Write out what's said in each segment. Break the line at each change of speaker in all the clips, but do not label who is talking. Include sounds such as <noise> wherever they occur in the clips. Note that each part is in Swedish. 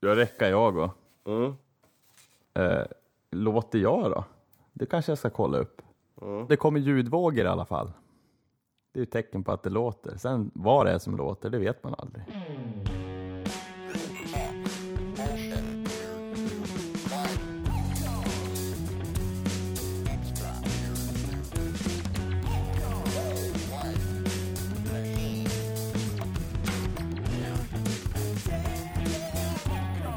Jag räcker jag va?
Mm.
Eh, låter jag då? Det kanske jag ska kolla upp. Det kommer ljudvågor i alla fall. Det är ju tecken på att det låter. Sen vad det är som låter, det vet man aldrig.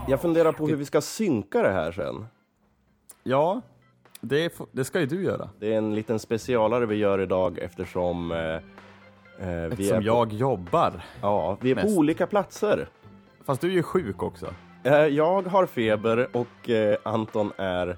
Jag funderar på hur vi ska synka det här sen.
Ja, det, är, det ska ju du göra.
Det är en liten specialare vi gör idag eftersom eh, eh, vi, är
Eftersom
på,
jag jobbar.
ja, vi är på
mest.
olika platser.
Fast du är ju sjuk också.
Eh, jag har feber och eh, Anton är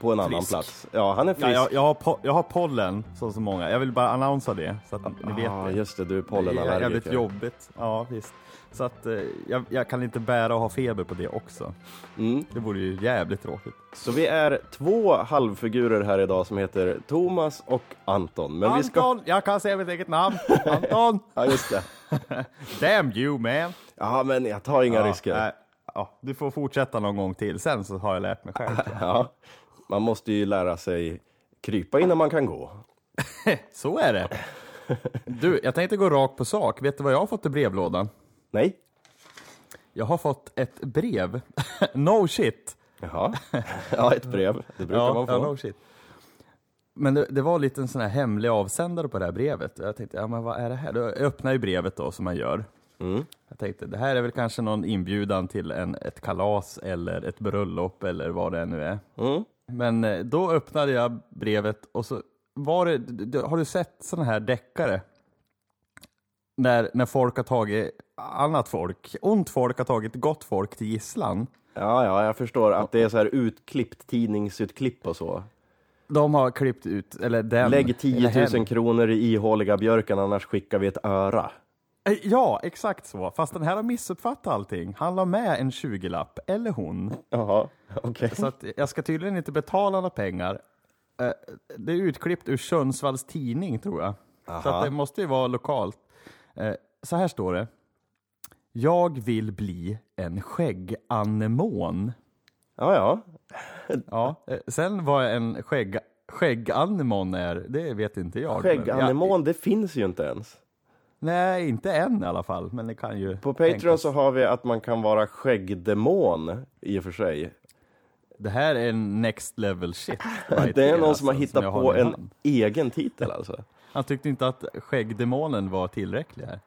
på en annan
Frisk.
plats. Ja, han är frisk.
Ja, jag, jag, har po- jag har pollen, så så många. Jag vill bara annonsa det, så att ni vet
ah,
det.
just det, du är
Det är jävligt
pollenallergiker.
jobbigt. Ja, visst. Så att eh, jag, jag kan inte bära och ha feber på det också.
Mm.
Det vore ju jävligt tråkigt.
Så vi är två halvfigurer här idag som heter Thomas och Anton. Men vi ska...
Anton! Jag kan säga mitt eget namn. Anton!
Ja, just det.
Damn you man!
Ja, men jag tar inga risker.
nej, ja, du får fortsätta någon gång till, sen så har jag lärt mig själv.
Ja. Man måste ju lära sig krypa innan man kan gå.
så är det. Du, jag tänkte gå rakt på sak. Vet du vad jag har fått i brevlådan?
Nej?
Jag har fått ett brev. <laughs> no shit!
Jaha. <laughs> Ja, ett brev. Det brukar man få.
no shit. Men det, det var en liten sån här hemlig avsändare på det här brevet. Och Jag tänkte, ja men vad är det här? Då öppnar ju brevet då som man gör.
Mm.
Jag tänkte, det här är väl kanske någon inbjudan till en, ett kalas eller ett bröllop eller vad det nu är.
Mm.
Men eh, då öppnade jag brevet och så var det, d- d- har du sett sådana här deckare? När, när folk har tagit annat folk, ont folk har tagit gott folk till gisslan.
Ja, ja, jag förstår att det är så här utklippt tidningsutklipp och så.
De har klippt ut, eller den.
Lägg
eller
10
hen.
000 kronor i ihåliga björken, annars skickar vi ett öra.
Eh, Ja, exakt så. Fast den här har missuppfattat allting. Han la med en 20-lapp, eller hon.
<laughs> Jaha, okej.
Så att jag ska tydligen inte betala några pengar. Eh, Det är utklippt ur Sundsvalls tidning, tror jag. Så
Aha.
att det måste ju vara lokalt. Eh, Så här står det. Jag vill bli en skägganemon.
Ja, ja.
Ja, eh, sen vad en skägg, skägganemon är, det vet inte jag. Men jag-
Skägganemon, det finns ju inte ens.
Nej, inte än i alla fall, men det kan ju
På Patreon
tänkas.
så har vi att man kan vara skäggdemon i och för sig.
Det här är en next level shit. right
<laughs> Det är
here,
någon som har
alltså,
hittat
jag
på
i min
en
hand.
egen titel alltså.
Han tyckte inte att skäggdemonen var tillräcklig här.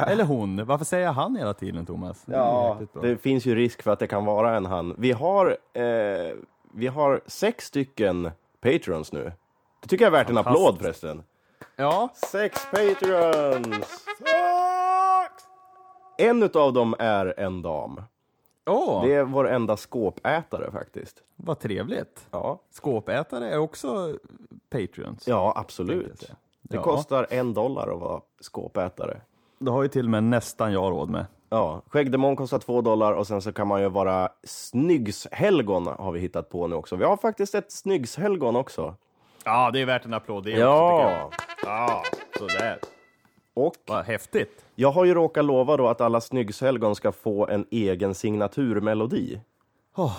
Eller hon. Varför säger jag han hela tiden, Thomas? Det är jäkligt bra.
det finns ju risk för att det kan vara en han. Vi har, eh, vi har sex stycken Patrons nu. Det tycker jag är värt en applåd förresten.
Ja,
Sex Patrons! En utav dem är en dam.
åh,
Det är vår enda skåpätare faktiskt.
vad trevligt.
Ja,
Skåpätare är också Patreons.
ja absolut. Det
Ja.
kostar en dollar att vara skåpätare.
Det har ju till och med nästan jag råd med.
Ja, skäggdemon kostar två dollar och sen så kan man ju vara snyggshelgon har vi hittat på nu också. Vi har faktiskt ett snyggshelgon också.
Ja, det är värt en applåd det
Ja,
ja, sådär.
och
Vad häftigt.
jag har ju råkat lova då att alla snyggshelgon ska få en egen signaturmelodi. <laughs>
Åh.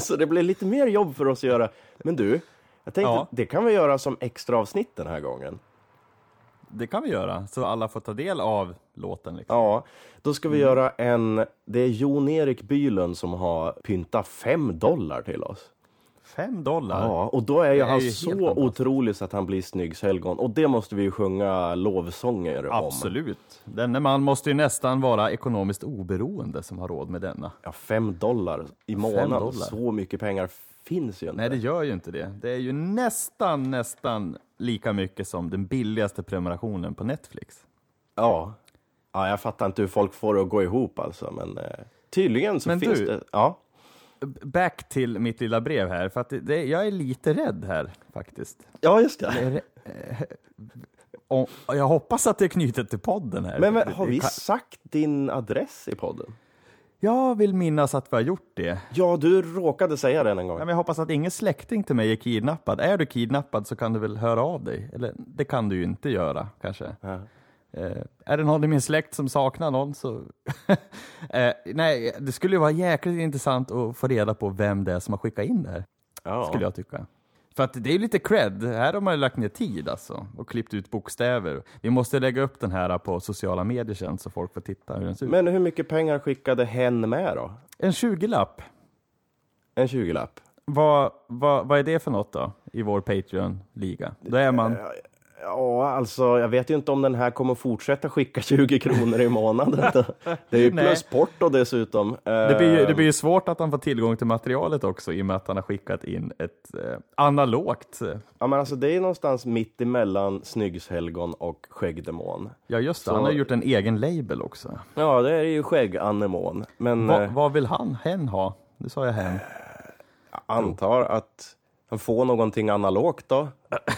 Så det blir lite mer jobb för oss att göra. Men du, jag tänkte
Ja.
att det kan vi göra som extra avsnitt den här gången.
Det kan vi göra, så alla får ta del av låten. Liksom.
Ja, då ska vi
Mm.
göra en... Det är Jon-Erik Bylund som har pyntat fem dollar till oss.
Fem dollar.
Ja, och då är ju
Det är
han
ju helt
så
fantastiskt.
otrolig så att han blir snyggshelgon. Och det måste vi ju sjunga lovsånger om.
Absolut. Denne man måste ju nästan vara ekonomiskt oberoende som har råd med denna.
Ja, fem dollar i månaden.
dollar.
Så mycket pengar finns ju inte.
Nej, det gör ju inte det. Det är ju nästan, nästan lika mycket som den billigaste prenumerationen på Netflix.
Ja. ja, jag fattar inte hur folk får det att gå ihop alltså. Men eh, tydligen så
Men
finns
du-
det... Ja.
B- Back till mitt lilla brev här, för att det, det, jag är lite rädd här faktiskt.
ja, just det.
Är det- eh, och- och Jag hoppas att det är knutet till podden här.
Men, men
Det-
har
det
vi
kan-
sagt din adress i podden?
Jag vill minnas att vi har gjort det.
Ja, du råkade säga den en gång.
Ja, men jag hoppas att ingen släkting till mig är kidnappad. Är du kidnappad så kan du väl höra av dig? Eller det kan du ju inte göra kanske. Eh, är det någon i min släkt som saknar någon så... <laughs> eh, nej, det skulle ju vara jäkligt intressant att få reda på vem det är som har skickat in det här,
Ja.
skulle jag tycka. För att det är ju lite cred, här har man ju lagt ner tid alltså och klippt ut bokstäver. Vi måste lägga upp den här på sociala medier sen så folk får titta hur den ser ut.
Men hur mycket pengar skickade hen med då?
En 20-lapp,
En 20-lapp?
vad, vad, vad är det för något då i vår Patreon-liga? Då är man...
Ja, alltså jag vet ju inte om den här kommer fortsätta skicka 20 kronor
<laughs>
i månaden. Det är ju
Nej.
plus porto dessutom. Eh,
Det blir, ju, det blir ju svårt att han får tillgång till materialet också i och med att han har skickat in ett eh, analogt. eh,
Ja, men alltså det är någonstans mitt emellan Snyggshelgon och Skäggdemon.
Ja just det,
Så-
han har gjort en egen label också.
Ja, det är ju Skägganemon, men
Va,
eh,
vad vill han, hen ha? Nu sa jag hen.
antar att han får någonting
<laughs>
analogt då.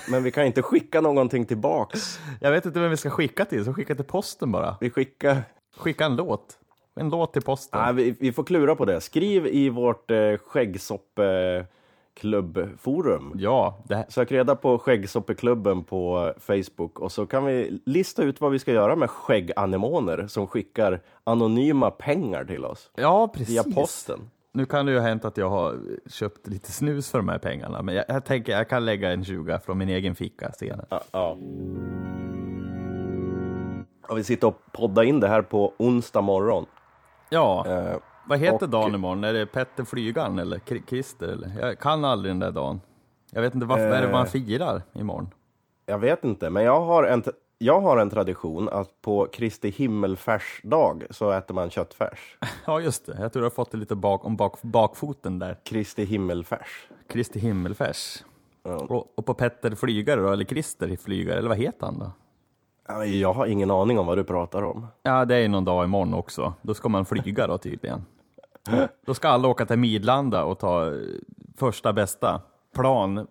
Men vi kan inte skicka någonting tillbaks.
Jag vet inte vem vi ska skicka till, så skicka till posten bara.
Vi skickar...
Skicka en låt. En låt till posten.
Nej, vi, vi får klura på det. Skriv i vårt eh, skäggsoppeklubbforum.
Ja, det här,
Sök reda på skäggsoppeklubben på Facebook och så kan vi lista ut vad vi ska göra med skägganemoner som skickar anonyma pengar till oss
ja
via
precis.
posten.
Nu kan det ju ha hänt att jag har köpt lite snus för de här pengarna, men jag, jag tänker jag kan lägga en 20 från min egen ficka senare.
Ja, ja. Och vi sitter och poddar in det här på onsdag morgon.
Ja,
Eh,
Vad heter
Och-
dagen imorgon? Är det Petter Flygan eller Kri- Christer? Eller? Jag kan aldrig den där dagen. Jag vet inte varför, vad
Eh.
är det man firar imorgon?
Jag vet inte, men jag har en, tra- jag har en tradition att på Kristi himmelfärsdag så äter man köttfärs.
Ja just det, jag tror jag har fått det lite bak, om bak, bakfoten där.
Kristi himmelfärs.
Kristi himmelfärs.
Ja.
Och, och på Petter Flygare då, eller Christer Flygare, eller vad heter han då?
Ja, Jag har ingen aning om vad du pratar om.
Ja, det är ju någon dag imorgon också. Då ska man flyga då tydligen. Då ska alla åka till Midlanda och ta eh, första bästa plan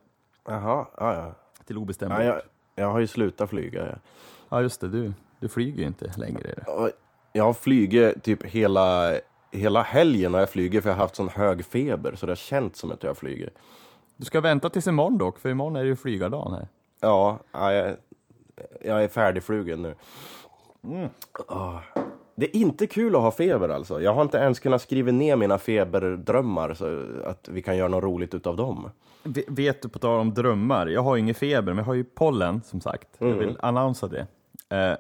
Jaha, ja, ja.
till obestämd
ja
tid.
jag, jag har ju slutat flyga. ja.
Ja just det, du, du flyger ju inte längre. är det?
Och Jag har flugit typ hela, hela helgen har jag flugit för jag har haft sån hög feber så det har känts som att jag flyger.
Du ska vänta tills imorgon dock, för imorgon är det ju flygardagen här.
Ja, ja, jag, jag är färdigflugen nu. Ah. Det är inte kul att ha feber alltså. Jag har inte ens kunnat skriva ner mina feberdrömmar så att vi kan göra något roligt utav dem.
Ve- Vet du, på tal om drömmar, jag har ju ingen feber, men jag har ju pollen som sagt. Jag vill annonsa det. Eh,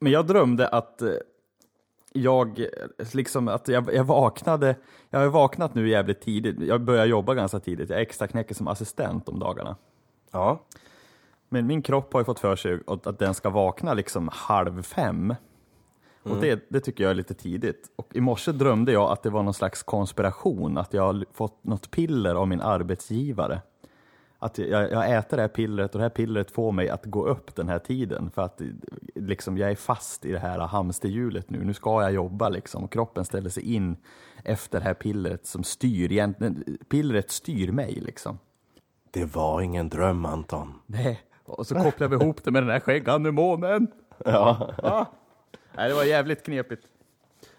men jag drömde att eh, jag, eh, liksom, att jag, jag vaknade, jag har ju vaknat nu jävligt tidigt, jag börjar jobba ganska tidigt, jag extra knäcker som assistent om dagarna.
Ja,
Men min kropp har ju fått för sig att, att den ska vakna liksom halv fem. Och det, det tycker jag är lite tidigt. Och i morse drömde jag att det var någon slags konspiration, att jag har l- fått något piller av min arbetsgivare. Att jag, jag äter det här pillret och det här pillret får mig att gå upp den här tiden för att eh, liksom, jag är fast i det här hamsterhjulet nu. Nu ska jag jobba liksom och kroppen ställer sig in efter det här pillret som styr egentligen. Pillret styr mig liksom.
det var ingen dröm Anton.
Nej, och så kopplar vi ihop det med den här skägganemonen.
Ja.
Ah. Nej, det var jävligt knepigt.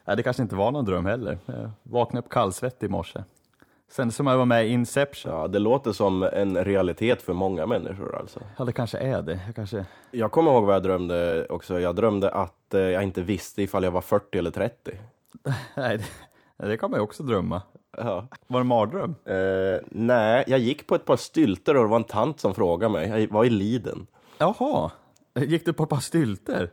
Nej, det kanske inte var någon dröm heller. Jag vaknade upp kallsvettig i morse. Sen som jag var med i Inception.
ja, det låter som en realitet för många människor alltså.
Ja, det kanske är det. Jag kanske...
Jag kommer ihåg vad jag drömde också. Jag drömde att eh, jag inte visste ifall jag var 40 eller 30.
Nej, det... det kan man ju också drömma.
Ja.
Var det en mardröm?
Eh, nej, jag gick på ett par stylter och det var en tant som frågade mig. Jag var i Liden.
Jaha, gick du på ett par stylter?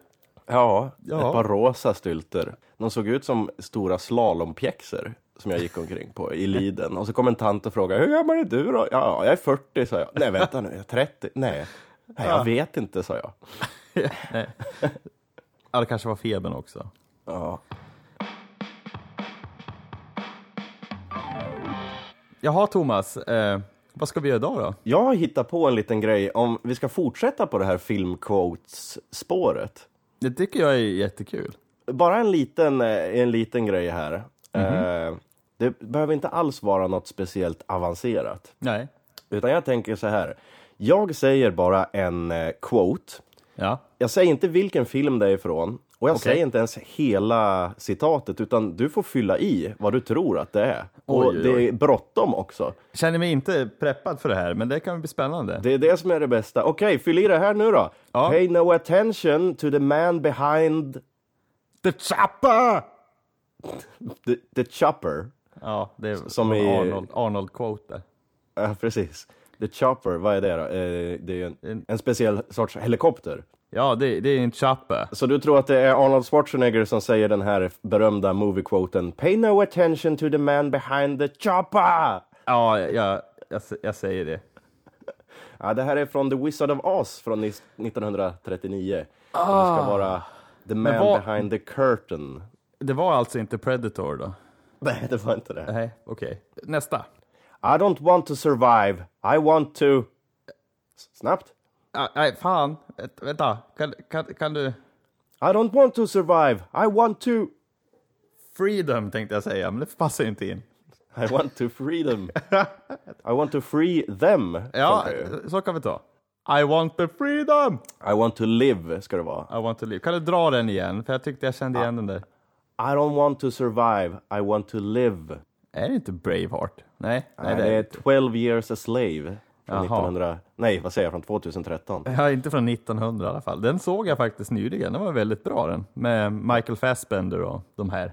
Ja,
Ja.
ett par rosa stylter. De såg ut som stora slalompjäxor som jag gick omkring på i Liden. Och så kom en tant och frågade, hur gammal är du då? Ja, jag är 40, sa jag. Nej, vänta nu, jag är 30. Nej, Nej jag vet inte, sa jag.
Ja, det kanske var febern också.
Ja.
Jaha, Thomas. Eh, vad ska vi göra idag då?
Jag hittar på en liten grej om vi ska fortsätta på det här filmquotes-spåret.
Det tycker jag är jättekul.
Bara en liten, eh, en liten grej här. Eh, Det behöver inte alls vara något speciellt avancerat.
Nej.
Utan jag tänker så här. Jag säger bara en eh, quote.
Ja.
Jag säger inte vilken film det är ifrån. Och jag
Okej.
säger inte ens hela citatet, utan du får fylla i vad du tror att det är.
Oj,
Och
oj,
det
oj.
är bråttom också.
Känner mig inte preppad för det här, men det kan bli spännande.
Det är det som är det bästa. Okej, fyll i det här nu då.
Ja.
Pay no attention to the man behind
The Chopper!
the, the chopper.
Ja, det är
Som
som
i-
Arnold, Arnold-quote där.
Ja, precis. The chopper, vad är det då? Eh, det är ju en,
En-
en speciell sorts helikopter.
Ja, det, det är en Chopper.
Så du tror att det är Arnold Schwarzenegger som säger den här berömda movie-quoten Pay no attention to the man behind the chopper!
Ja, jag, jag, jag säger det.
Ja, det här är från The Wizard of Oz från 1939. Och Det ska vara The man
Ah. vad-
behind the curtain. <laughs>
Det var alltså inte Predator då?
Nej, det var inte det.
Nej, okej. Nästa.
I don't want to survive, I want to... S- Snabbt.
Ah, Nej, fan. Vänt- Vänta, kan, kan, kan du...
I don't want to survive, I want to... <laughs>
Freedom tänkte jag säga, men det passar ju inte in.
I want to
<laughs>
freedom. I want to free them.
Ja,
funkar ju.
så kan vi ta. I want the freedom!
I want to live, ska det vara.
I want to live. Kan du dra den igen? För jag tyckte jag kände igen den där.
I don't want to survive, I want to live.
Är det inte Braveheart? Nej,
Nej, det är 12 years a slave. Från
Jaha.
1900... Nej, vad säger jag? Från 2013.
Ja, inte från 1900 i alla fall. Den såg jag faktiskt nyligen. Den var väldigt bra den. Med Michael Fassbender och de här.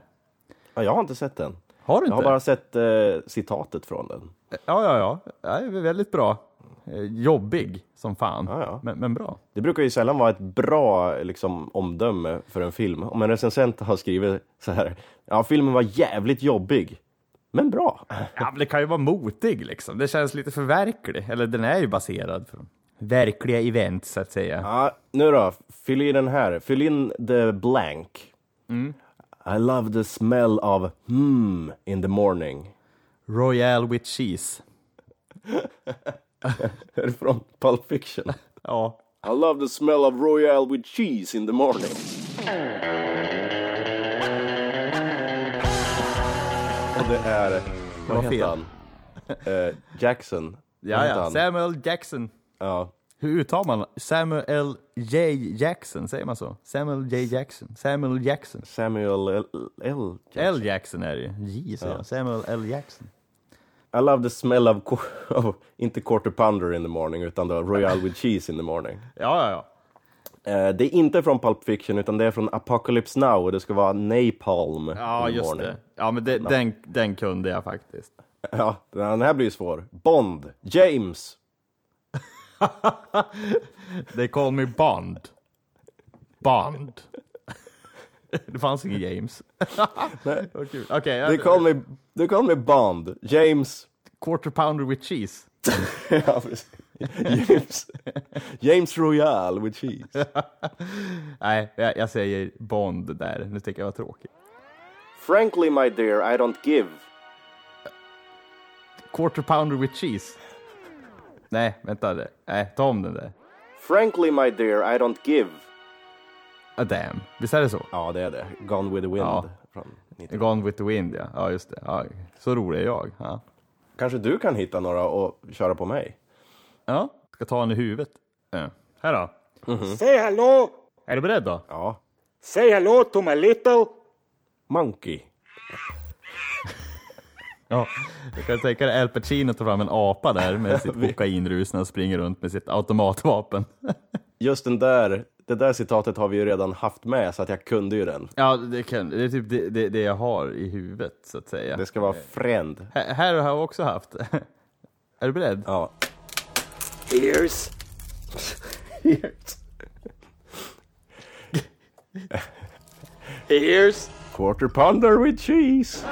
Ja, jag har inte sett den.
Har du
Jag
inte?
har bara sett eh, citatet från den.
Ja, ja, ja. ja. det är Väldigt bra. Eh, Jobbig som fan,
Ja, ja.
Men, men bra.
Det brukar ju sällan vara ett bra liksom, omdöme för en film. Om en recensent har skrivit så här. Ja, filmen var jävligt jobbig, men bra.
Ja, men det kan ju vara motig liksom. Det känns lite för verklig. Eller den är ju baserad på verkliga event så att säga.
Ja, nu då, fyll i den här. Fyll in the blank.
Mm.
I love the smell of hmm in the morning. <laughs>
Royal with cheese.
Är det från Pulp Fiction?
Ja.
I love the smell of Royale with cheese in the morning. Och det är... Vad
var
heter
fel.
han? Eh, Jackson. Vad
Ja,
heter
ja.
han?
Samuel Jackson.
ja.
Hur uttalar man Samuel J. Jackson? Säger man så? Samuel J. Jackson? Samuel Jackson?
Samuel L. L. Jackson.
L. Jackson är det ju. J säger jag. Samuel L. Jackson.
I love the smell of, qu- <laughs> of... Inte quarter pounder in the morning, utan då Royale with cheese in the morning.
Ja, ja, ja.
Eh, det är inte från Pulp Fiction, utan det är från Apocalypse Now och det ska vara napalm
Ja,
in the
just
morning.
det. Ja, men det, den, den kunde jag faktiskt.
Ja, den här blir ju svår. Bond. James.
They call me Bond. Bond. <laughs> Det fanns ingen James. <laughs> Nej. Okej,
They
okay,
call me, they call me Bond. James. <laughs>
quarter pounder with cheese.
ja, precis. James. James Royal with cheese.
Nej, jag, jag säger Bond där. Nu tycker jag var tråkigt.
Frankly my dear, I don't give.
Quarter pounder with cheese. Nej, vänta. det- Nej, ta om den där.
Frankly my dear, I don't give.
Ah, damn. Visst är det så?
Ja, det är det. Gone with the wind.
Ja.
Från 90.
Gone with the wind, ja. Ja, just det. Ja, så rolig är jag. Ja.
Kanske du kan hitta några och köra på mig?
ja, ska ta den i huvudet. Ja. Här då. Mm-hmm.
Say hello.
Är du beredd då?
Ja.
Say hello to my little.
Monkey.
Ja, du kan tänka dig Al Pacino tar fram en apa där med <laughs> sitt kokainrus när han springer runt med sitt automatvapen. <laughs>
Just den där, det där citatet har vi ju redan haft med, så att jag kunde ju den.
Ja, det, kan, det är typ det, det, det jag har i huvudet så att säga.
Det ska vara friend.
Här, här har jag också haft. <laughs> Är du beredd?
Ja.
Here's here's
Quarter pounder with cheese.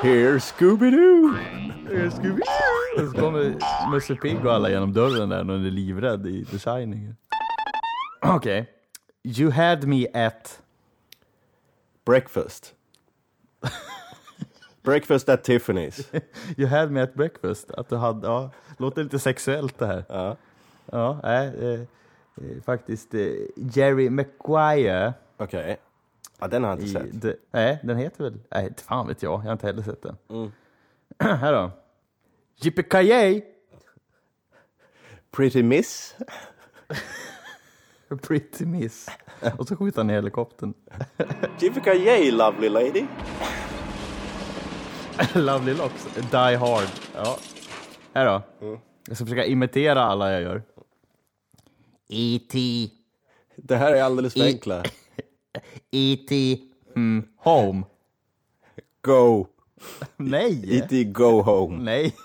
Here's Scooby-Doo.
Och så kommer Musse Pigg och alla genom dörren där när hon är livrädd i The Shining. Okej. You had me at...
<laughs> Breakfast. Breakfast at Tiffany's.
You had me at breakfast. Att du hade, ja, låter lite sexuellt det här.
Ja.
Ja, nej, eh, eh, faktiskt eh, Jerry Maguire.
Okej. Ja, den har jag inte
I,
sett.
de, nej, den heter väl... Nej, inte fan vet jag. Jag har inte heller sett den. <clears throat> här då. Yippee
Pretty Miss.
Pretty miss. Och så skjuter han ner helikoptern.
Typical yay, lovely lady.
<laughs> Lovely Locks, Mm. Die Hard. Ja. Här då. Jag ska försöka imitera alla jag gör. E E.T.
Det här är alldeles för enkla.
E.T. E Mm. Home.
Go.
<laughs> Nej!
E.T. Go home. <laughs>
Nej.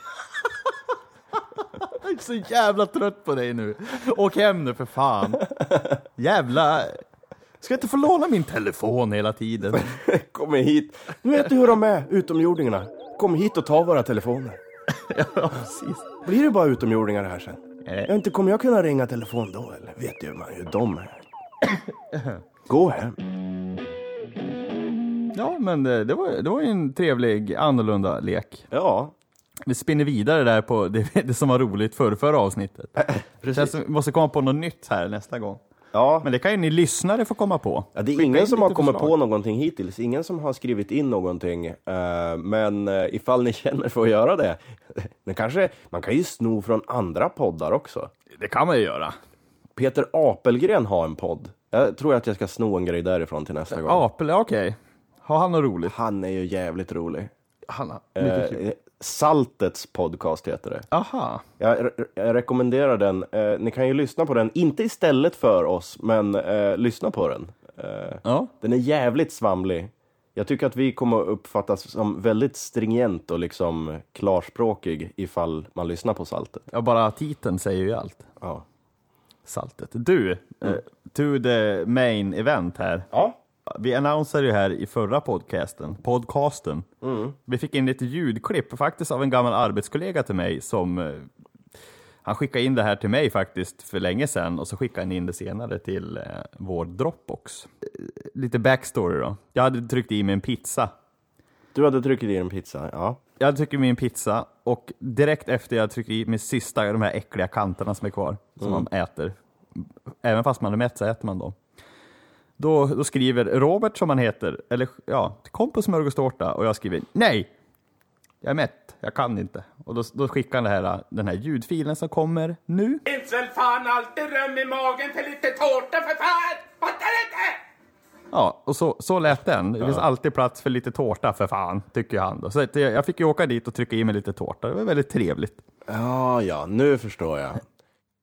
Jag är så jävla trött på dig nu. Åk hem nu för fan. Jävla... Ska jag inte få låna min telefon hela tiden?
Kom hit. Nu vet du hur de är, utomjordingarna. Kom hit och ta våra telefoner.
ja, precis. Eh,
Blir det bara utomjordingar här sen? Jag inte kommer jag kunna ringa telefon då eller? Vet ju man hur de <coughs> är. Gå hem.
Ja, men eh, det, det var, det var ju en trevlig, annorlunda lek.
Ja,
Vi spinner vidare där på det, det som var roligt för förra avsnittet. Känns som vi måste komma på något nytt här nästa gång.
ja.
Men det kan ju ni lyssnare få komma på.
Ja, det är
Skicka in
ingen som har
lite
kommit
förslag.
på någonting hittills, ingen som har skrivit in någonting. Eh, men eh, ifall ni <laughs> känner för att göra det, <laughs> det kanske, man kan ju sno från andra poddar också.
Det kan man ju göra.
Peter Apelgren har en podd. Jag tror att jag ska sno en grej därifrån till nästa gång.
Apel, ja, okej. Har han något roligt?
Han är ju jävligt rolig.
Han har...
Eh, Saltets podcast heter det.
Aha.
Jag, re- jag rekommenderar den. Eh, ni kan ju lyssna på den, inte istället för oss, men eh, lyssna på den. Eh,
Ja.
Den är jävligt svamlig. Jag tycker att vi kommer att uppfattas som väldigt stringent och liksom klarspråkig ifall man lyssnar på saltet.
ja, bara titeln säger ju allt.
Ja.
Saltet. Du, eh, to the main event här.
Ja.
Vi annonserade ju här i förra podcasten, podcasten. Vi fick in lite ljudklipp faktiskt av en gammal arbetskollega till mig som eh, han skickade in det här till mig faktiskt för länge sedan och så skickade han in det senare till eh, vår Dropbox. Eh, Lite backstory då. Jag hade tryckt i mig en pizza.
Du hade tryckt i en pizza, ja.
Jag hade tryckt i mig en pizza och direkt efter jag tryckt i mig sista, de här äckliga kanterna som är kvar, som man äter. Även fast man är mätt så äter man dem. Då, då skriver Robert, som han heter, eller ja, kom på smörgåstårta och jag skriver nej, jag är mätt, jag kan inte. Och då, då skickar han det här, den här ljudfilen som kommer nu.
finns väl fan alltid rum i magen för lite tårta för fan! Fattar du inte?
Ja, och så, så lät den. Det finns alltid plats för lite tårta för fan, tycker han. Då. Så att jag jag fick ju åka dit och trycka i mig lite tårta, det var väldigt trevligt.
Ja, ja, nu förstår jag.
Så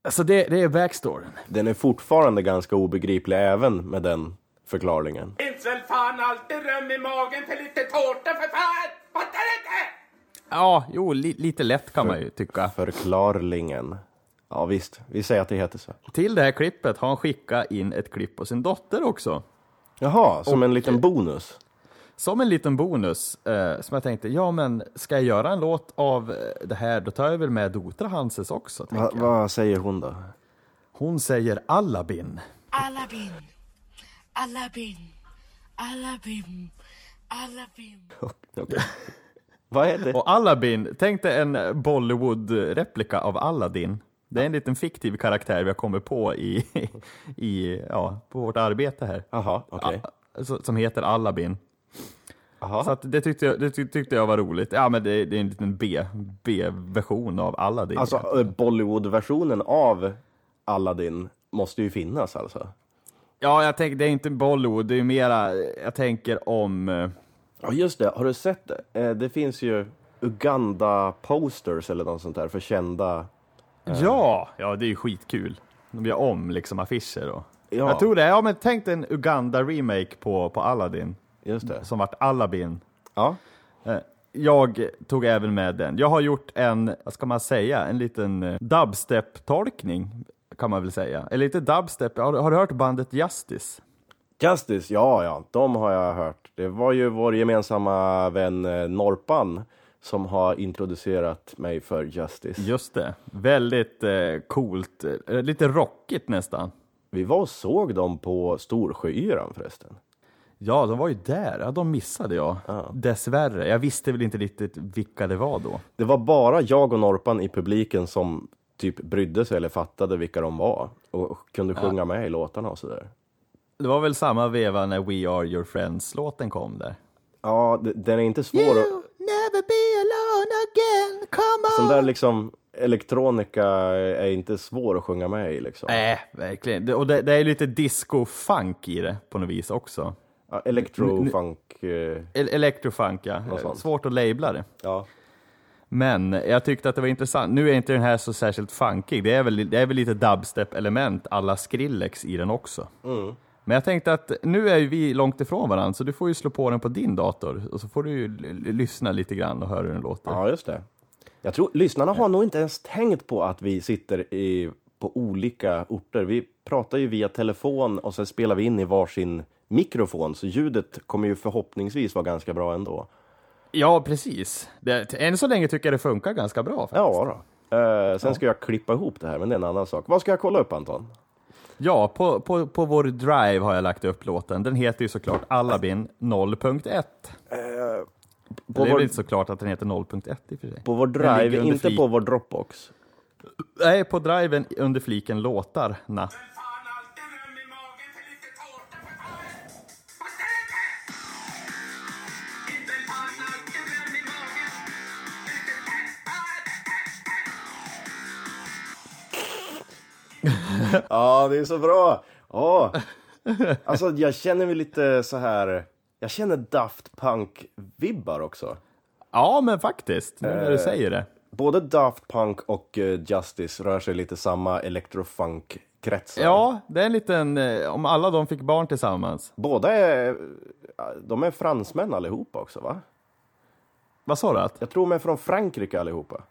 Alltså, det, det är backstoryn.
Den är fortfarande ganska obegriplig även med den förklaringen.
finns väl fan alltid rum i magen för lite tårta för fan! Fattar du inte?
Ja, jo, li lite lätt kan man ju tycka.
Förklarlingen. Ja, visst. Vi säger att det heter så.
Till det här klippet har han skickat in ett klipp på sin dotter också.
Jaha, som en liten bonus.
Som en liten bonus, eh, som jag tänkte, ja men ska jag göra en låt av eh, det här, då tar jag väl med Dotra Hanses också. tänker
Va,
jag.
vad säger hon då?
Hon säger Alabin.
Alabim, Alabim, Alabim, Alabim.
Okej. vad är det?
Och Alabin, tänk dig en Bollywood-replika av Aladdin. Det är en liten fiktiv karaktär vi har kommit på i, <laughs> i ja, på vårt arbete här.
Jaha, okej.
Så- Som heter Alabin. Så
Jaha.
att det, tyckte jag, det ty- tyckte jag var roligt. Ja, men det, det är en liten B- B-version av Aladdin.
Alltså, eh, Bollywood-versionen av Aladdin måste ju finnas alltså.
Ja, jag tänker, det är inte Bollywood, det är mera, jag tänker om... eh,
Ja, just det. Har du sett det? Eh, Det finns ju Uganda-posters eller något sånt där för kända...
Ja! Ja, det är ju skitkul. De gör om liksom affischer och...
Ja.
Jag tror det, ja men tänk dig en Uganda-remake på, på Aladdin,
Just det.
som vart Alabin.
Ja.
Eh, Jag tog även med den. Jag har gjort en, vad ska man säga, en liten eh, dubstep-tolkning, kan man väl säga. Eller inte dubstep, har, har du hört bandet Justice?
Justice, ja, ja. De har jag hört. Det var ju vår gemensamma vän eh, Norpan som har introducerat mig för Justice.
Just det. Väldigt eh, coolt, eh, lite rockigt nästan.
Vi var och såg dem på Storsjöyran förresten.
Ja, de var ju där. Ja, de missade jag. Dessvärre. Jag visste väl inte riktigt vilka det var då.
Det var bara jag och Norpan i publiken som typ brydde sig eller fattade vilka de var och kunde sjunga med i låtarna och sådär.
Det var väl samma veva när We Are Your Friends-låten kom där.
Ja, d- den är inte svår att...
never be alone again, come
Den där liksom eh, elektronika är inte svår att sjunga med i liksom.
Nej, verkligen. Det- Och det, det är lite disco-funk i det på något vis också.
Ja, Electrofunk. eh,
El- Electrofunk, ja.
sånt.
Svårt att labla det.
Ja.
Men jag tyckte att det var intressant. Nu är inte den här så särskilt funkig. Det är väl, det är väl lite dubstep-element alla Skrillex i den också.
Mm.
Men jag tänkte att nu är ju vi långt ifrån varandra, så du får ju slå på den på din dator och så får du ju l- l- lyssna lite grann och höra hur den låter.
ja, just det. Jag tror lyssnarna har nog inte ens tänkt på att vi sitter i, på olika orter. Vi pratar ju via telefon och sen spelar vi in i varsin mikrofon, så ljudet kommer ju förhoppningsvis vara ganska bra ändå.
Ja, precis. Det, än så länge tycker jag det funkar ganska bra. Faktiskt.
Ja, då. Eh, sen ska jag klippa ihop det här, men det är en annan sak. Vad ska jag kolla upp, Anton?
Ja, på, på, på vår drive har jag lagt upp låten. Den heter ju såklart Alabin 0.1. det är
Eh, vår-
väl inte såklart att den heter 0.1 i och för sig.
På vår
Den
drive,
ligger under
inte
flik-
på vår Dropbox.
Nej, på driven under fliken låtarna.
Fan, alltid rum i magen för lite tårta för fan. Vad säger du? Inte fan, alltid rum i magen. Lite tårta.
Ja, det är så bra!
<laughs>
Ja. Alltså, jag känner mig lite så här... Jag känner Daft Punk-vibbar också.
Ja, men faktiskt, nu
Eh,
när du säger det.
Både Daft Punk och eh, Justice rör sig lite samma electrofunk-kretsar.
Ja, det är en liten, eh, om alla de fick barn tillsammans.
Båda är... eh, De är fransmän allihopa också, va?
Vad sa du? Att?
Jag tror de är från Frankrike allihopa.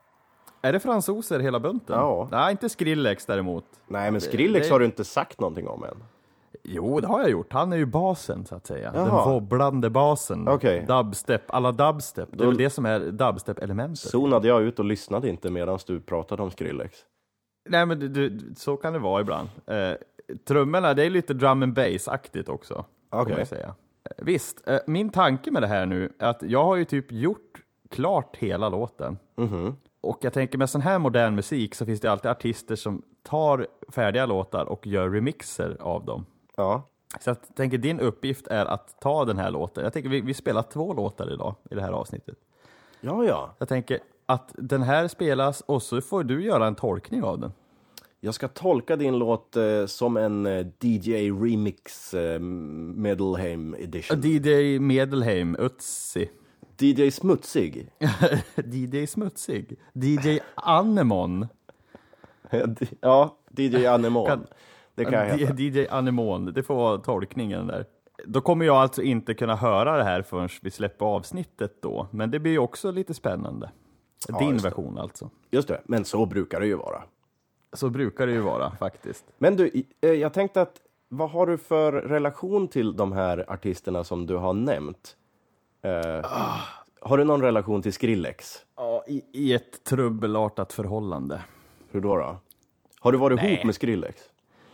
Är det fransoser hela bunten?
Ja.
Nej, inte Skrillex däremot.
Nej, men Skrillex
det-
har du inte sagt någonting om än.
Jo, det har jag gjort. Han är ju basen, så att säga.
Jaha.
Den wobblande basen.
Okej.
Dubstep, alla dubstep. Det är väl det som är dubstep-elementet.
Zonade jag ut och lyssnade inte medan du pratade om Skrillex.
Nej, men du, du, så kan det vara ibland. Eh, trummorna, det är lite drum and bass-aktigt också.
Okej.
Kan man ju säga. Eh, Visst, eh, min tanke med det här nu är att jag har ju typ gjort klart hela låten. Och jag tänker med sån här modern musik så finns det alltid artister som tar färdiga låtar och gör remixer av dem.
Ja.
Så jag tänker din uppgift är att ta den här låten. Jag tänker vi, vi spelar två låtar idag i det här avsnittet.
Ja, ja.
Jag tänker att den här spelas och så får du göra en tolkning av den.
Jag ska tolka din låt eh, som en eh, DJ Remix eh, Medelheim Edition.
DJ Medelheim, <laughs> Utsi.
DJ Smutsig.
DJ Smutsig. DJ Anemon.
<laughs> ja, DJ Anemon.
Kan-
det kan jag heta.
DJ Anemon, det får vara tolkningen där. Då kommer jag alltså inte kunna höra det här förrän vi släpper avsnittet då. Men det blir ju också lite spännande. Din
just det.
version alltså.
Just det, men så brukar det ju vara.
Så brukar det ju vara faktiskt.
Men du, i- eh, jag tänkte att vad har du för relation till de här artisterna som du har nämnt? Eh, har du någon relation till Skrillex?
Ja, i, i ett trubbelartat förhållande.
Hur då? då? Har du varit ihop med Skrillex?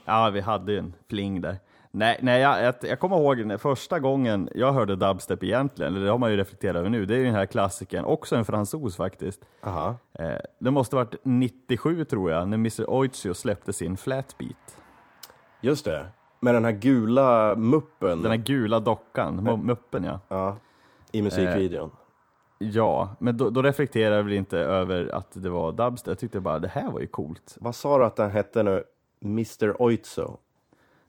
Ja, vi hade ju en pling där. Nej, nej jag, jag, jag kommer ihåg när första gången jag hörde dubstep egentligen, eller det har man ju reflekterat över nu, det är ju den här klassikern, också en fransos faktiskt.
Aha.
Eh, det måste varit 97 tror jag, när Mr Oizio släppte sin flatbeat.
Just det, med den här gula muppen
Den här gula dockan, mu- muppen ja.
i musikvideon.
Ja, men då, då reflekterade jag väl inte över att det var dubstep, jag tyckte bara det här var ju coolt.
Vad sa du att den hette nu? Mr Oizo?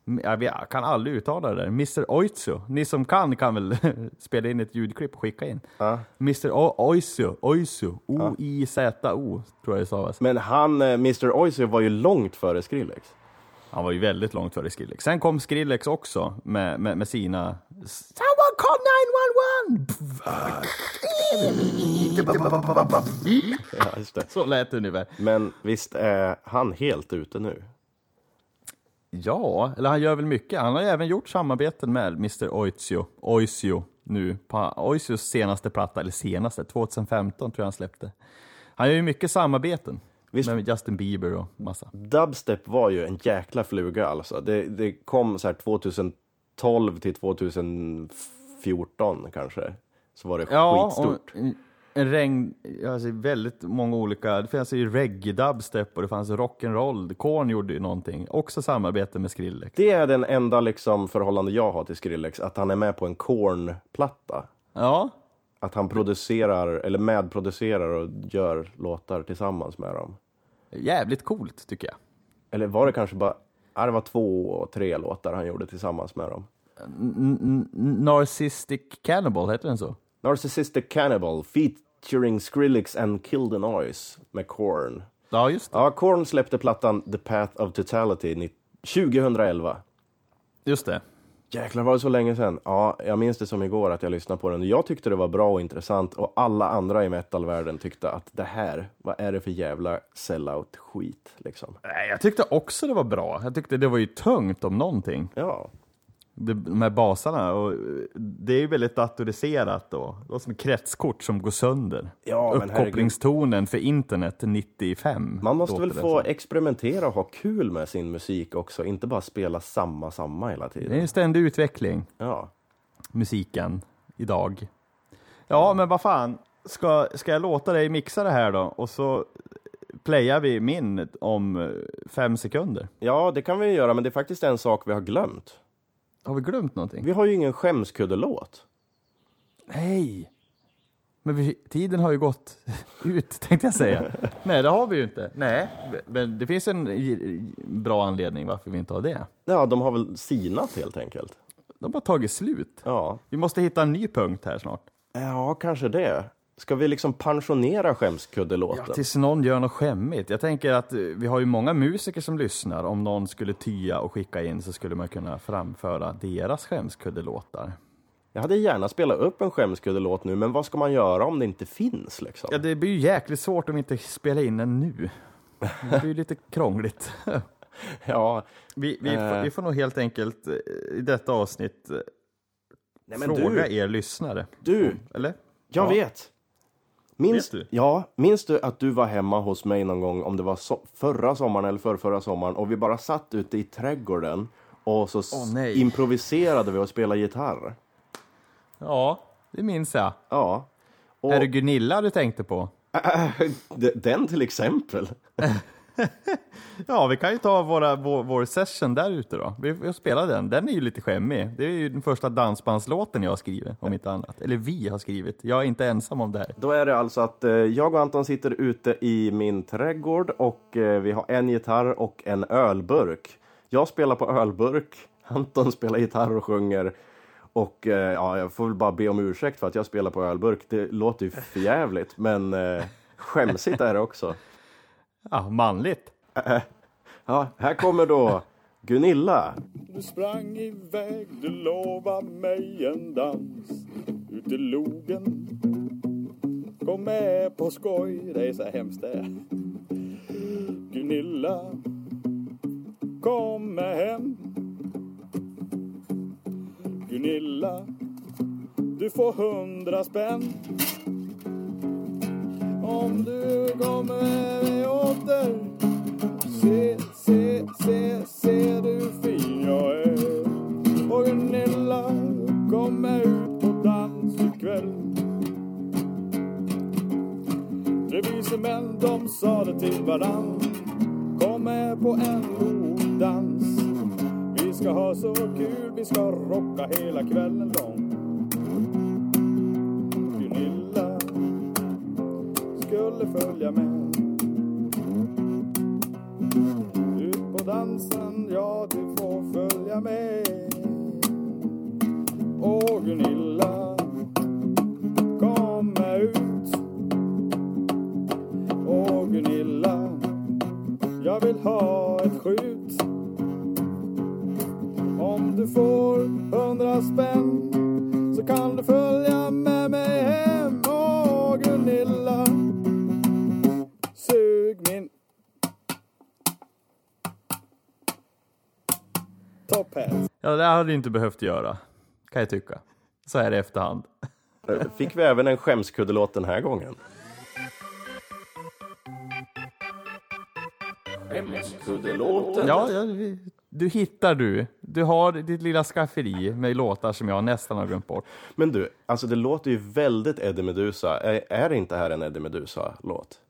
M- Jag, vet- jag kan aldrig uttala det där. Mr Oizio. Ni som kan kan väl <laughs> spela in ett ljudklipp och skicka in. Mr o- Oizio. Oizio. O-I-Z-O tror jag det stavas.
Men han, eh, Mr Oizo var ju långt före Skrillex.
Han var ju väldigt långt före Skrillex. Sen kom Skrillex också med, med, med sina... Someone call 911!
Ja, just det.
Så lät det ungefär.
Men visst är han helt ute nu?
Ja, eller han gör väl mycket. Han har ju även gjort samarbeten med Mr Oizio. Oizio nu. På Oizios senaste platta, eller senaste, 2015 tror jag han släppte. Han gör ju mycket samarbeten.
Visst.
Med Justin Bieber och massa.
Dubstep var ju en jäkla fluga alltså. Det, det kom så här 2012 till 2014 kanske. Så var det skitstort.
och en- en regn, alltså väldigt många olika. Det fanns ju reggae, dubstep och det fanns rock'n'roll. Korn gjorde ju någonting. Också samarbete med Skrillex.
Det är den enda liksom förhållande jag har till Skrillex, att han är med på en Korn-platta.
Ja,
Att han producerar, eller medproducerar och gör låtar tillsammans med dem.
Jävligt coolt tycker jag.
Eller var det kanske bara, ja, det var två, tre låtar han gjorde tillsammans med dem.
Narcissistic Cannibal, heter den så?
Narcissistic Cannibal featuring Skrillex and Kill the Noise med Korn.
Ja, just det.
Ja, Korn släppte plattan The Path of Totality ni- 2011.
Just det.
Jäklar, var det så länge sedan? Ja, jag minns det som igår att jag lyssnade på den. Jag tyckte det var bra och intressant och alla andra i metalvärlden tyckte att det här, vad är det för jävla sellout-skit liksom?
Nej, Jag tyckte också det var bra. Jag tyckte det var ju tungt om någonting.
Ja,
det, de här basarna. Och eh, det är ju väldigt datoriserat då. Det var som kretskort som går sönder.
Ja, men herregud.
Uppkopplingstonen för internet 95.
man måste
låter
väl
det
få
som.
experimentera och ha kul med sin musik också, inte bara spela samma, samma hela
Det är
tiden.
en ständig utveckling,
Ja,
musiken, idag. Ja, men vad fan. Ska, ska jag låta dig mixa det här då? Och så playar vi min om eh, fem sekunder.
ja det kan vi göra, men det är faktiskt en sak vi har glömt.
Har vi glömt någonting?
Vi har ju ingen skämskuddelåt.
Nej! Men vi, tiden har ju gått <laughs> ut, tänkte jag säga. Nej, det har vi ju inte. Nej, men det finns en i- bra anledning varför vi inte har det.
Ja, de har väl sinat helt enkelt.
De har tagit slut.
Ja,
Vi måste hitta en ny punkt här snart.
ja kanske det. Ska vi liksom pensionera skämskuddelåten?
Tills någon gör något skämmigt. Jag tänker att eh, vi har ju många musiker som lyssnar. Om någon skulle tya och skicka in så skulle man kunna framföra deras skämskuddelåtar.
Jag hade gärna spelat upp en skämskuddelåt nu, men vad ska man göra om det inte finns? Liksom?
Ja, det blir ju jäkligt svårt om vi inte spelar in den nu. Det blir ju lite krångligt. <laughs>
Ja,
Vi, vi, får,
Eh.
vi får nog helt enkelt eh, i detta avsnitt eh,
Nej, men
fråga Mm.
du,
er lyssnare.
du,
Eller?
jag vet. Minns,
Vet du?
Ja, minns du att du var hemma hos mig någon gång, om det var so- förra sommaren eller förrförra sommaren, och vi bara satt ute i trädgården och så s-
Åh, nej.
improviserade vi och spelade gitarr?
Ja, det minns jag.
Ja,
Är det Gunilla du tänkte på?
D- den till exempel.
Ja, vi kan ju ta våra, vår, vår session där ute då. Vi får spela den. Den är ju lite skämmig. Det är ju den första dansbandslåten jag har skrivit, om inte annat. Eller vi har skrivit. Jag är inte ensam om det här.
Då är det alltså att eh, jag och Anton sitter ute i min trädgård och eh, vi har en gitarr och en ölburk. Jag spelar på ölburk, <laughs> Anton spelar gitarr och sjunger. Och eh, ja, jag får väl bara be om ursäkt för att jag spelar på ölburk. Det låter ju förjävligt, men eh, skämsigt är det också.
Ja, manligt.
Ja, här kommer då Gunilla.
Du sprang iväg, du lova mig en dans ut i logen. Kom med på skoj, det är så hemskt det. är. Gunilla, kom med hem. Gunilla, du får hundra spänn. Om du kommer med åter Se, se, se, ser du hur fin jag är? Och Gunilla kommer ut på dans ikväll. Tre vise män, de sa det till varann. Kom med på en god dans. Vi ska ha så kul, vi ska rocka hela kvällen lång. Gunilla skulle följa med. Ut på dansen, ja du får följa med Åh Gunilla, kom med ut Åh Gunilla, jag vill ha ett skjut Om du får hundra spänn så kan du följa med mig hem Åh Gunilla, sug min Top hat.
Ja, det här hade du inte behövt göra, kan jag tycka. Så här i efterhand.
Eh, Fick vi även en skämskuddelåt den här gången?
Ja, ja, vi- du hittar du. Du har ditt lilla skafferi med låtar som jag nästan har glömt bort.
Men du, alltså det låter ju väldigt Eddie Meduza. Är, är det inte här en Eddie Meduza-låt?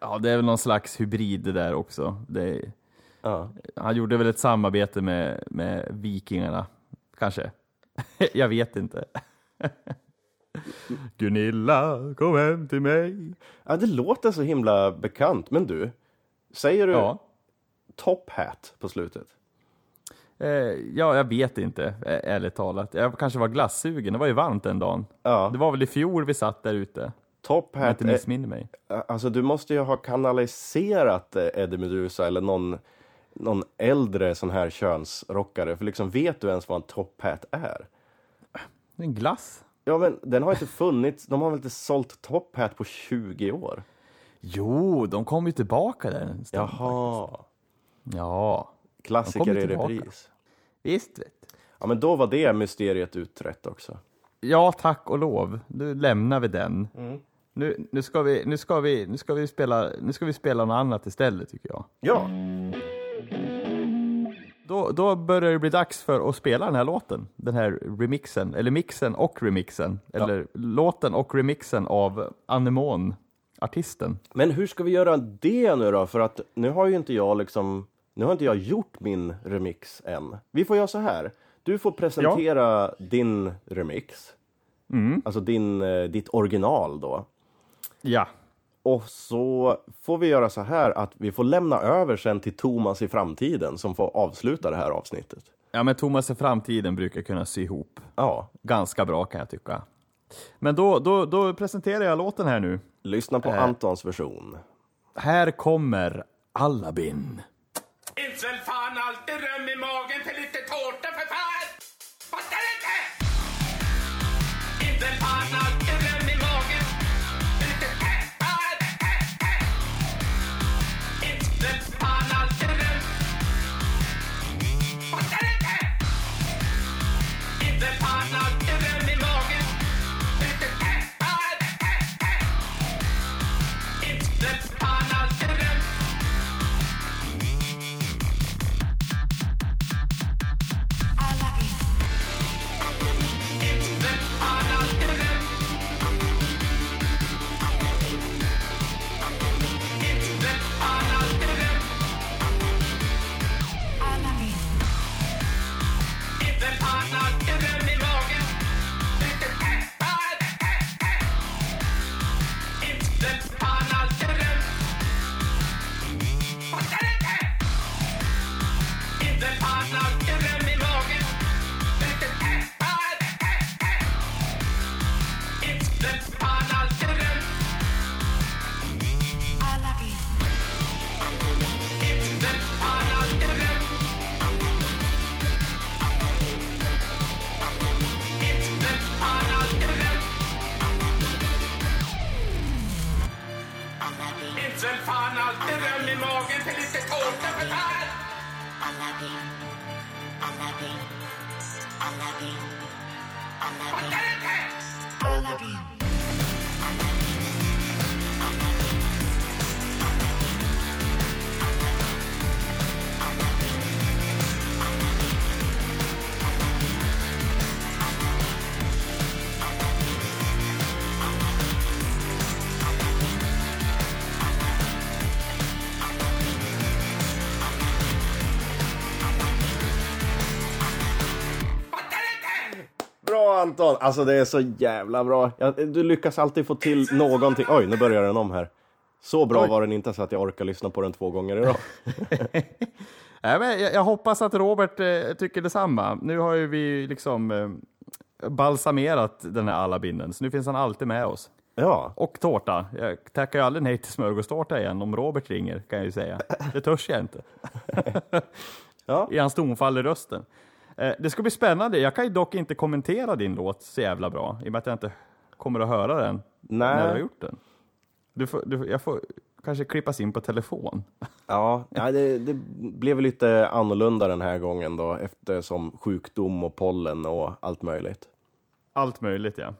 Ja, det är väl någon slags hybrid det där också. Det är,
Ja.
han gjorde väl ett samarbete med, med vikingarna, kanske. <laughs> jag vet inte. <laughs> Gunilla, kom hem till mig.
Ja, det låter så himla bekant. Men du, Säger du
Ja.
top hat på slutet?
Eh, ja, jag vet inte, eh, ärligt talat. Jag kanske var glassugen, det var ju varmt den dagen.
Ja.
Det var väl i fjol vi satt där ute, om
Top
jag
hat
inte
är,
missminner mig.
Alltså du måste ju ha kanaliserat eh, Eddie Meduza eller någon, någon äldre sån här könsrockare. För liksom vet du ens vad en top hat är?
En glass?
Ja men
<laughs>
den har inte funnits, de har väl inte sålt top hat på 20 år?
Jo, de kom ju tillbaka där en stund.
Jaha.
Ja, De
Klassiker
kommer
i
tillbaka.
repris.
visst vet du.
Ja men då var det mysteriet utrett också.
Ja, tack och lov. Nu lämnar vi den. Nu, nu, ska vi, nu, ska vi, nu, ska vi spela, nu ska vi spela något annat istället, tycker jag.
Ja,
Då, då börjar det bli dags för att spela den här låten, den här remixen, eller mixen och remixen, eller låten och remixen av Anemon, artisten.
men hur ska vi göra det nu då? För att nu har ju inte jag liksom, nu har inte jag gjort min remix än. Vi får göra så här. Du får presentera din remix. Alltså din, eh, ditt original då.
Ja,
Och så får vi göra så här att vi får lämna över sen till Thomas i framtiden som får avsluta det här avsnittet.
ja men Thomas i framtiden brukar kunna sy ihop
Ja,
ganska bra kan jag tycka. Men då, då, då presenterar jag låten här nu.
lyssna på Antons version.
Här kommer Alabin.
Finns väl fan alltid rum i magen för lite tårta för fan! Fattar inte! Finns väl fan alltid rum i magen för lite tårta Finns väl fan alltid rum... Fattar inte! Finns väl fan alltid rum i magen för lite tårta Finns väl fan alltid rum...
Aladdin, Aladdin, Aladdin, Aladdin,
Inte väl fan alltid röm i magen för lite tårta för fan!
Aladdin, Aladdin, Aladdin, Aladdin,
Fattar inte!
Aladdin.
Fattar inte!
Bra Anton! Alltså det är så jävla bra. Ja, du lyckas alltid få till någonting. Oj, nu börjar den om här. Så bra var den inte så att jag orkar lyssna på den två
<laughs>
gånger idag.
Nej, men jag, jag hoppas att Robert eh, tycker detsamma. Nu har ju vi liksom eh, balsamerat den här Alabinnen, så nu finns han alltid med oss.
Ja,
Och tårta. Jag tackar ju aldrig nej till smörgåstårta igen om Robert ringer, kan jag ju säga. Det törs jag inte.
<laughs> Ja.
I hans tonfall i rösten. Eh, det ska bli spännande. Jag kan ju dock inte kommentera din låt så jävla bra, i och med att jag inte kommer att höra den när du har
nej.
gjort den. Du får, du, jag får kanske klippas in på telefon.
Ja, nej, det, det blev lite annorlunda den här gången då eftersom sjukdom och pollen och allt möjligt.
Allt möjligt, ja.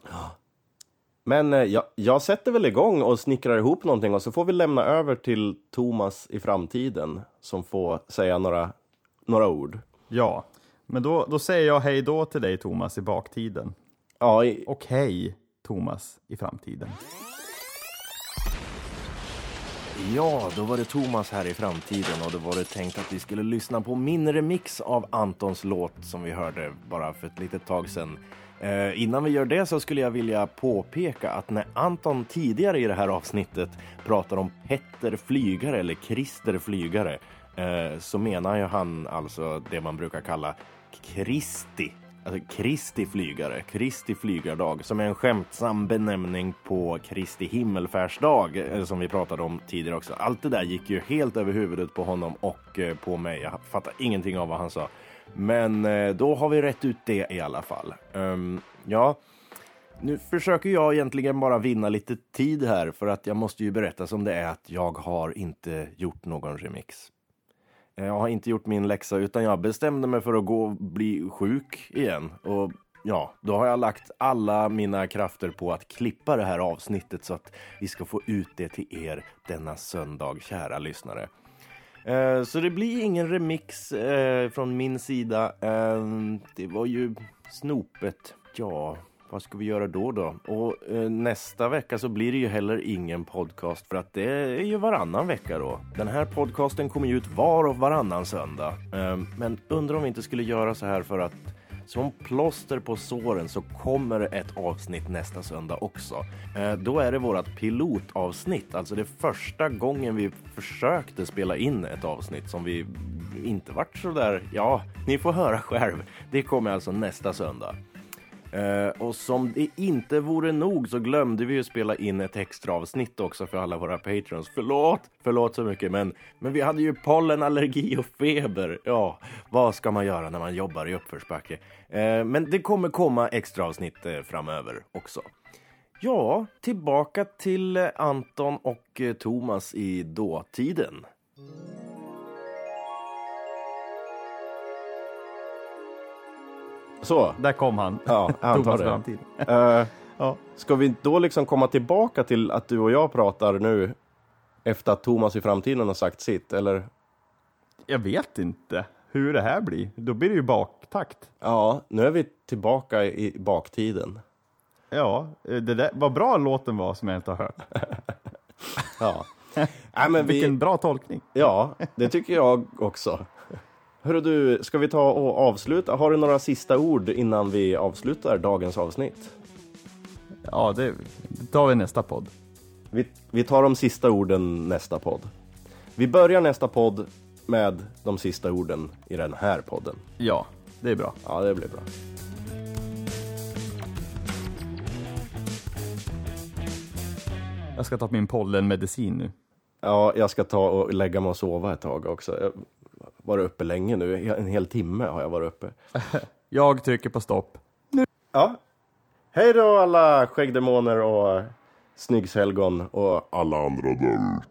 Men eh, jag, jag sätter väl igång och snickrar ihop någonting och så får vi lämna över till Thomas i framtiden som får säga några, några ord.
Ja, men då, då säger jag hej då till dig Thomas i baktiden
Ja, i,
och hej Thomas i framtiden.
Ja, då var det Thomas här i framtiden och då var det tänkt att vi skulle lyssna på min remix av Antons låt som vi hörde bara för ett litet tag sedan. Eh, innan vi gör det så skulle jag vilja påpeka att när Anton tidigare i det här avsnittet pratar om Petter Flygare eller Christer Flygare eh, så menar ju han alltså det man brukar kalla Kristi Alltså Kristi flygare, Kristi flygardag, som är en skämtsam benämning på Kristi himmelfärdsdag eh, som vi pratade om tidigare också. Allt det där gick ju helt över huvudet på honom och eh, på mig. Jag fattar ingenting av vad han sa. Men eh, då har vi rätt ut det i alla fall. Ehm, ja, nu försöker jag egentligen bara vinna lite tid här för att jag måste ju berätta som det är att jag har inte gjort någon remix. Eh, Jag har inte gjort min läxa utan jag bestämde mig för att gå och bli sjuk igen. Och ja, då har jag lagt alla mina krafter på att klippa det här avsnittet så att vi ska få ut det till er denna söndag, kära lyssnare. Eh, Så det blir ingen remix eh, från min sida. Eh, Det var ju snopet. Ja, vad ska vi göra då då? Och eh, nästa vecka så blir det ju heller ingen podcast för att det är ju varannan vecka då. Den här podcasten kommer ju ut var och varannan söndag. Eh, Men undrar om vi inte skulle göra så här för att som plåster på såren så kommer ett avsnitt nästa söndag också. Eh, Då är det vårt pilotavsnitt, alltså det första gången vi försökte spela in ett avsnitt som vi inte vart så där. Ja, ni får höra själv. Det kommer alltså nästa söndag. Eh, och som det inte vore nog så glömde vi ju spela in ett extra avsnitt också för alla våra patrons. Förlåt, förlåt så mycket, men, men vi hade ju pollenallergi och feber. Ja, vad ska man göra när man jobbar i uppförsbacke? Eh, men det kommer komma extra avsnitt eh, framöver också. Ja, tillbaka till eh, Anton och eh, Thomas i dåtiden.
Så,
Där kom han.
<laughs> ja, jag antar
Thomas
det.
Framtid.
Eh,
Ja.
Ska vi då liksom komma tillbaka till att du och jag pratar nu efter att Thomas i framtiden har sagt sitt, eller?
Jag vet inte hur det här blir. Då blir det ju baktakt.
Ja, nu är vi tillbaka i baktiden.
Ja, eh, det där, vad bra låten var som jag inte har hört.
Ja. Nej, men vi,
Vilken bra tolkning.
ja, det tycker jag också. Hörru du, ska vi ta och avsluta? Har du några sista ord innan vi avslutar dagens avsnitt?
Ja, det, det tar vi i nästa podd.
Vi, vi tar de sista orden nästa podd. Vi börjar nästa podd med de sista orden i den här podden.
Ja, det är bra.
Ja, det blir bra.
Jag ska ta min pollenmedicin nu.
Ja, jag ska ta och lägga mig och sova ett tag också. Jag har varit uppe länge nu, en hel timme har jag varit uppe.
Jag trycker på stopp.
Ja. Hej då alla skäggdemoner och snyggselgon och alla andra där ute.